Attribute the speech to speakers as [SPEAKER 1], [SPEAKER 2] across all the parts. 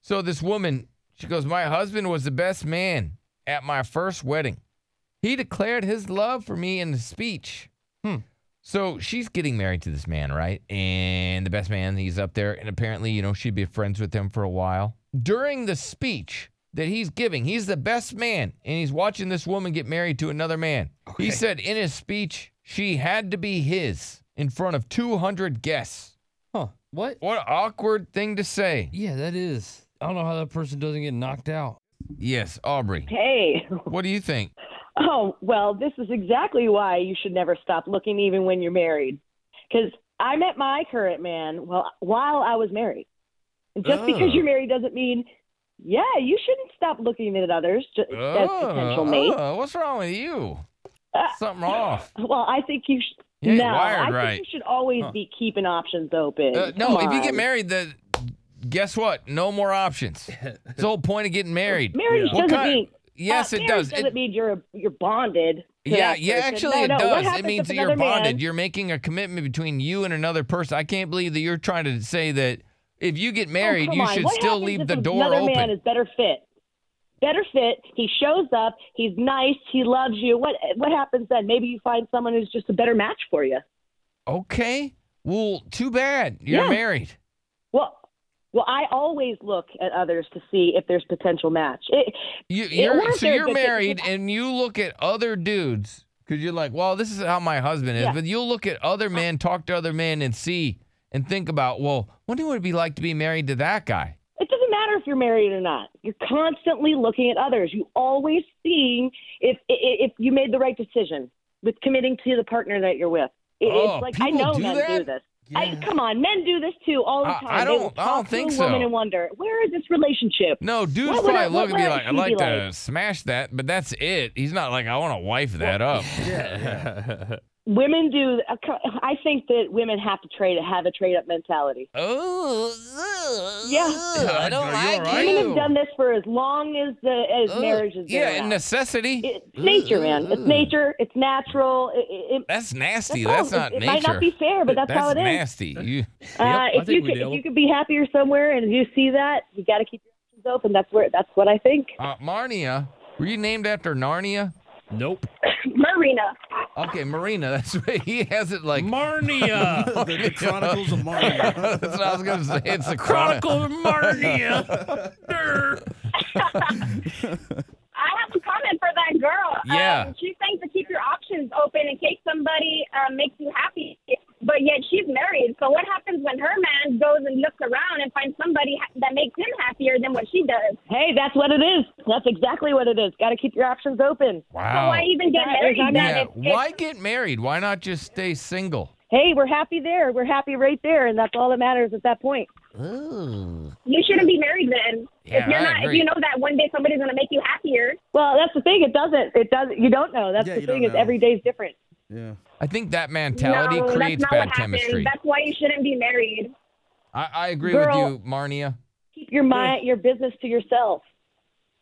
[SPEAKER 1] So this woman, she goes, My husband was the best man at my first wedding. He declared his love for me in a speech. So she's getting married to this man, right? And the best man, he's up there. And apparently, you know, she'd be friends with him for a while. During the speech that he's giving, he's the best man. And he's watching this woman get married to another man. He
[SPEAKER 2] Okay.
[SPEAKER 1] said in his speech, she had to be his in front of 200 guests.
[SPEAKER 2] Huh. What?
[SPEAKER 1] What an awkward thing to say.
[SPEAKER 2] Yeah, that is. I don't know how that person doesn't get knocked out.
[SPEAKER 1] Yes, Aubrey.
[SPEAKER 3] Hey.
[SPEAKER 1] What do you think?
[SPEAKER 3] Oh, well, this is exactly why you should never stop looking even when you're married. Cuz I met my current man while while I was married. And just
[SPEAKER 1] Oh.
[SPEAKER 3] because you're married doesn't mean yeah, you shouldn't stop looking at others just as potential mates.
[SPEAKER 1] oh, what's wrong with you?
[SPEAKER 3] Uh,
[SPEAKER 1] Something off.
[SPEAKER 3] Well, I think you should.
[SPEAKER 1] You ain't
[SPEAKER 3] no,
[SPEAKER 1] Oh. wired
[SPEAKER 3] I think
[SPEAKER 1] right.
[SPEAKER 3] you should always
[SPEAKER 1] Huh.
[SPEAKER 3] be keeping options open.
[SPEAKER 1] Uh, no,
[SPEAKER 3] Come
[SPEAKER 1] if you get
[SPEAKER 3] on.
[SPEAKER 1] married, the guess what? No more options. It's the whole point of getting married.
[SPEAKER 3] marriage
[SPEAKER 1] What
[SPEAKER 3] doesn't
[SPEAKER 1] kind-
[SPEAKER 3] mean.
[SPEAKER 1] Yes,
[SPEAKER 3] uh,
[SPEAKER 1] it
[SPEAKER 3] marriage
[SPEAKER 1] does.
[SPEAKER 3] Doesn't
[SPEAKER 1] It-
[SPEAKER 3] mean you're you're bonded. to
[SPEAKER 1] yeah,
[SPEAKER 3] that
[SPEAKER 1] yeah,
[SPEAKER 3] person.
[SPEAKER 1] actually,
[SPEAKER 3] No,
[SPEAKER 1] it
[SPEAKER 3] no, what
[SPEAKER 1] does. It
[SPEAKER 3] happens
[SPEAKER 1] means
[SPEAKER 3] if
[SPEAKER 1] that you're
[SPEAKER 3] another man-
[SPEAKER 1] bonded. You're making a commitment between you and another person. I can't believe that you're trying to say that if you get
[SPEAKER 3] Oh,
[SPEAKER 1] married,
[SPEAKER 3] come
[SPEAKER 1] you
[SPEAKER 3] on.
[SPEAKER 1] should
[SPEAKER 3] What
[SPEAKER 1] still
[SPEAKER 3] happens
[SPEAKER 1] leave
[SPEAKER 3] if
[SPEAKER 1] the door
[SPEAKER 3] another
[SPEAKER 1] open.
[SPEAKER 3] man is better fit. Better fit. He shows up. He's nice. He loves you. What what happens then? Maybe you find someone who's just a better match for you.
[SPEAKER 1] okay. Well, too bad. You're
[SPEAKER 3] Yeah.
[SPEAKER 1] married.
[SPEAKER 3] Well, well, I always look at others to see if there's potential match. It,
[SPEAKER 1] You,
[SPEAKER 3] Yeah,
[SPEAKER 1] you're,
[SPEAKER 3] we're
[SPEAKER 1] so
[SPEAKER 3] very
[SPEAKER 1] you're
[SPEAKER 3] good fit
[SPEAKER 1] married,
[SPEAKER 3] because-
[SPEAKER 1] and you look at other dudes because you're like, well, this is how my husband is.
[SPEAKER 3] Yeah. Uh-huh.
[SPEAKER 1] But you'll look at other men, talk to other men, and see and think about, well, what would it be like to be married to that guy?
[SPEAKER 3] It doesn't matter if you're married or not. You're constantly looking at others. You always seeing if i- i- if you made the right decision with committing to the partner that you're with. It-
[SPEAKER 1] Oh,
[SPEAKER 3] it's like I
[SPEAKER 1] people
[SPEAKER 3] know
[SPEAKER 1] do
[SPEAKER 3] men
[SPEAKER 1] that?
[SPEAKER 3] do this. I, come on, men do this too all the
[SPEAKER 1] I-
[SPEAKER 3] time.
[SPEAKER 1] I
[SPEAKER 3] They will
[SPEAKER 1] don't- I don't
[SPEAKER 3] talk
[SPEAKER 1] think
[SPEAKER 3] to a woman
[SPEAKER 1] so.
[SPEAKER 3] and wonder where is this relationship.
[SPEAKER 1] No, dudes
[SPEAKER 3] What would
[SPEAKER 1] probably
[SPEAKER 3] it-
[SPEAKER 1] look
[SPEAKER 3] what
[SPEAKER 1] and be
[SPEAKER 3] would
[SPEAKER 1] like, I
[SPEAKER 3] he be
[SPEAKER 1] like to smash that, but that's it. He's not like, I want to wife that up.
[SPEAKER 3] Women do. uh, I think that women have to trade have a trade up mentality.
[SPEAKER 1] Oh, ugh,
[SPEAKER 3] Yeah.
[SPEAKER 1] ugh, I don't
[SPEAKER 2] Are you
[SPEAKER 1] like
[SPEAKER 2] all right?
[SPEAKER 3] Women
[SPEAKER 1] you.
[SPEAKER 3] have done this for as long as the as
[SPEAKER 1] Ugh.
[SPEAKER 3] marriage has been
[SPEAKER 1] yeah, Uh,
[SPEAKER 3] around.
[SPEAKER 1] and necessity.
[SPEAKER 3] it's nature, man. It's nature. It's natural. It, it, it-
[SPEAKER 1] that's nasty.
[SPEAKER 3] That's
[SPEAKER 1] That's,
[SPEAKER 3] all.
[SPEAKER 1] not
[SPEAKER 3] It- it
[SPEAKER 1] nature.
[SPEAKER 3] might not be fair, but that's how it is.
[SPEAKER 1] nasty. You.
[SPEAKER 3] Uh,
[SPEAKER 2] I
[SPEAKER 3] if you
[SPEAKER 2] think we
[SPEAKER 3] could,
[SPEAKER 2] do.
[SPEAKER 3] if you could be happier somewhere and you see that, you got to keep your options open. That's where that's what I think.
[SPEAKER 1] Uh, Marnia, were you named after Narnia?
[SPEAKER 2] Nope.
[SPEAKER 3] Marina.
[SPEAKER 1] Okay, Marina. That's what he has it like.
[SPEAKER 2] Marnia.
[SPEAKER 4] the, the Chronicles of Mario.
[SPEAKER 1] that's what I was gonna say. It's the chronicle.
[SPEAKER 2] Chronicle of Marnia. Durr.
[SPEAKER 5] I have a comment for that girl.
[SPEAKER 1] Yeah.
[SPEAKER 5] Um, she's saying to keep your options open in case somebody um, makes you happy, but yet she's married. So what happens when her man goes and looks around and finds somebody ha- that makes him happier than what she does?
[SPEAKER 3] Hey, that's what it is. That's exactly what it is. Got to keep your options open.
[SPEAKER 5] So
[SPEAKER 1] Wow.
[SPEAKER 5] why even get
[SPEAKER 3] Right,
[SPEAKER 5] married
[SPEAKER 3] exactly.
[SPEAKER 5] then?
[SPEAKER 1] yeah.
[SPEAKER 5] If- if-
[SPEAKER 1] Why get married? Why not just stay single?
[SPEAKER 3] Hey, we're happy there. We're happy right there, and that's all that matters at that point.
[SPEAKER 5] you shouldn't be married then.
[SPEAKER 1] Yeah,
[SPEAKER 5] if you're
[SPEAKER 1] I
[SPEAKER 5] not,
[SPEAKER 1] agree.
[SPEAKER 5] if you know that one day somebody's gonna make you happier.
[SPEAKER 3] Well, that's the thing. It doesn't. It doesn't. You don't know. That's
[SPEAKER 4] Yeah,
[SPEAKER 3] the
[SPEAKER 4] you don't
[SPEAKER 3] thing. Is
[SPEAKER 4] know.
[SPEAKER 3] every day's different.
[SPEAKER 4] yeah.
[SPEAKER 1] I think that mentality
[SPEAKER 5] no,
[SPEAKER 1] creates
[SPEAKER 5] that's not
[SPEAKER 1] bad
[SPEAKER 5] what
[SPEAKER 1] chemistry.
[SPEAKER 5] happens. That's why you shouldn't be married.
[SPEAKER 1] I, I agree
[SPEAKER 3] Girl.
[SPEAKER 1] with you, Marnia.
[SPEAKER 3] Keep your mind, your business to yourself.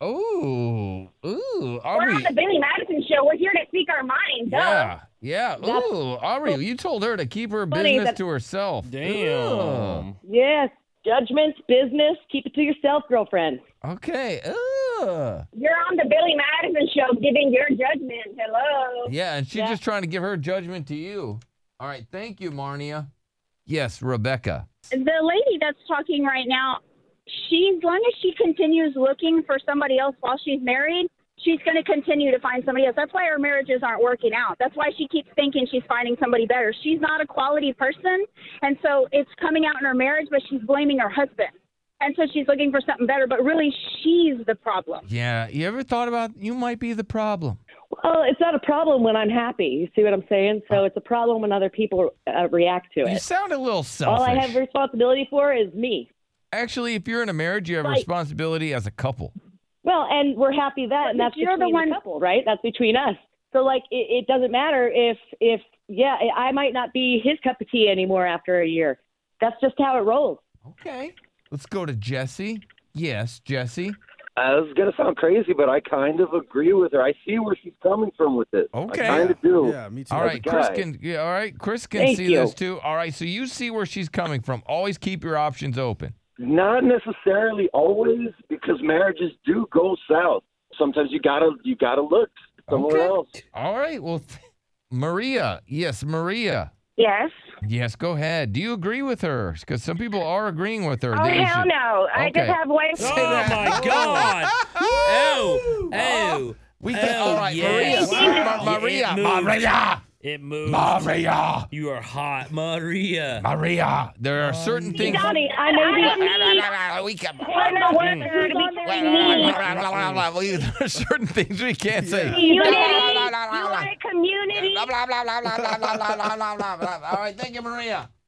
[SPEAKER 1] Ooh, ooh,
[SPEAKER 5] We're on
[SPEAKER 1] Aubrey.
[SPEAKER 5] the Billy Madison show. We're here to speak our mind. Duh.
[SPEAKER 1] Yeah, yeah.
[SPEAKER 3] That's-
[SPEAKER 1] Ooh, Aubrey, you told her to keep her
[SPEAKER 3] Funny
[SPEAKER 1] business
[SPEAKER 3] that-
[SPEAKER 1] to herself. Ooh.
[SPEAKER 2] Damn.
[SPEAKER 3] Yes, judgments, business. Keep it to yourself, girlfriend.
[SPEAKER 1] Okay. Ooh.
[SPEAKER 5] You're on the Billy Madison show giving your judgment. Hello.
[SPEAKER 1] Yeah, and she's
[SPEAKER 3] Yeah.
[SPEAKER 1] just trying to give her judgment to you. All right, thank you, Marnia. Yes, Rebecca.
[SPEAKER 5] the lady that's talking right now, she as long as she continues looking for somebody else while she's married, she's going to continue to find somebody else. That's why her marriages aren't working out. That's why she keeps thinking she's finding somebody better. She's not a quality person, and so it's coming out in her marriage, but she's blaming her husband. And so she's looking for something better, but really she's the problem.
[SPEAKER 1] Yeah, you ever thought about you might be the problem?
[SPEAKER 3] Well, it's not a problem when I'm happy. You see what I'm saying? So it's a problem when other people uh, react to
[SPEAKER 1] You
[SPEAKER 3] it.
[SPEAKER 1] sound a little selfish.
[SPEAKER 3] All I have responsibility for is me.
[SPEAKER 1] Actually, if you're in a marriage, you have
[SPEAKER 3] Right.
[SPEAKER 1] responsibility as a couple.
[SPEAKER 3] Well, and we're happy that, and
[SPEAKER 5] But
[SPEAKER 3] that's
[SPEAKER 5] you're the
[SPEAKER 3] between the,
[SPEAKER 5] one-
[SPEAKER 3] couple, right? That's between us. So like, it, it doesn't matter if if yeah, I- I might not be his cup of tea anymore after a year. That's just how it rolls.
[SPEAKER 1] Okay. Let's go to Jesse. Yes, Jesse.
[SPEAKER 6] Uh, this is going to sound crazy, but I kind of agree with her. I see where she's coming from with this.
[SPEAKER 1] Okay.
[SPEAKER 6] I kind of do.
[SPEAKER 4] Yeah, me too.
[SPEAKER 1] All right,
[SPEAKER 6] guy.
[SPEAKER 1] Chris can. Yeah, all right, Chris can
[SPEAKER 3] Thank
[SPEAKER 1] see
[SPEAKER 3] you.
[SPEAKER 1] this too. All right, so you see where she's coming from. Always keep your options open.
[SPEAKER 6] Not necessarily always, because marriages do go south. Sometimes you gotta you gotta look somewhere
[SPEAKER 1] Okay.
[SPEAKER 6] else.
[SPEAKER 1] All right. Well, th- Maria. Yes, Maria.
[SPEAKER 7] Yes.
[SPEAKER 1] Yes, go ahead. Do you agree with her? Because some people are agreeing with her.
[SPEAKER 7] Oh
[SPEAKER 1] that we
[SPEAKER 7] hell
[SPEAKER 1] should-
[SPEAKER 7] no! I
[SPEAKER 1] Okay.
[SPEAKER 7] just have one.
[SPEAKER 2] Oh my God! Oh, oh,
[SPEAKER 1] We can.
[SPEAKER 2] Oh,
[SPEAKER 1] all right,
[SPEAKER 2] yes.
[SPEAKER 1] Maria.
[SPEAKER 2] Wow.
[SPEAKER 1] Ma- Maria.
[SPEAKER 2] It moved.
[SPEAKER 1] Maria.
[SPEAKER 2] it moves.
[SPEAKER 1] Maria.
[SPEAKER 2] You are hot, Maria.
[SPEAKER 1] Maria. There
[SPEAKER 2] Oh,
[SPEAKER 1] are certain things.
[SPEAKER 3] Donnie, I may be.
[SPEAKER 1] We can.
[SPEAKER 7] I'm not working to be community.
[SPEAKER 1] There are certain things we can't say.
[SPEAKER 7] You want a community?
[SPEAKER 1] All right, thank you, Maria.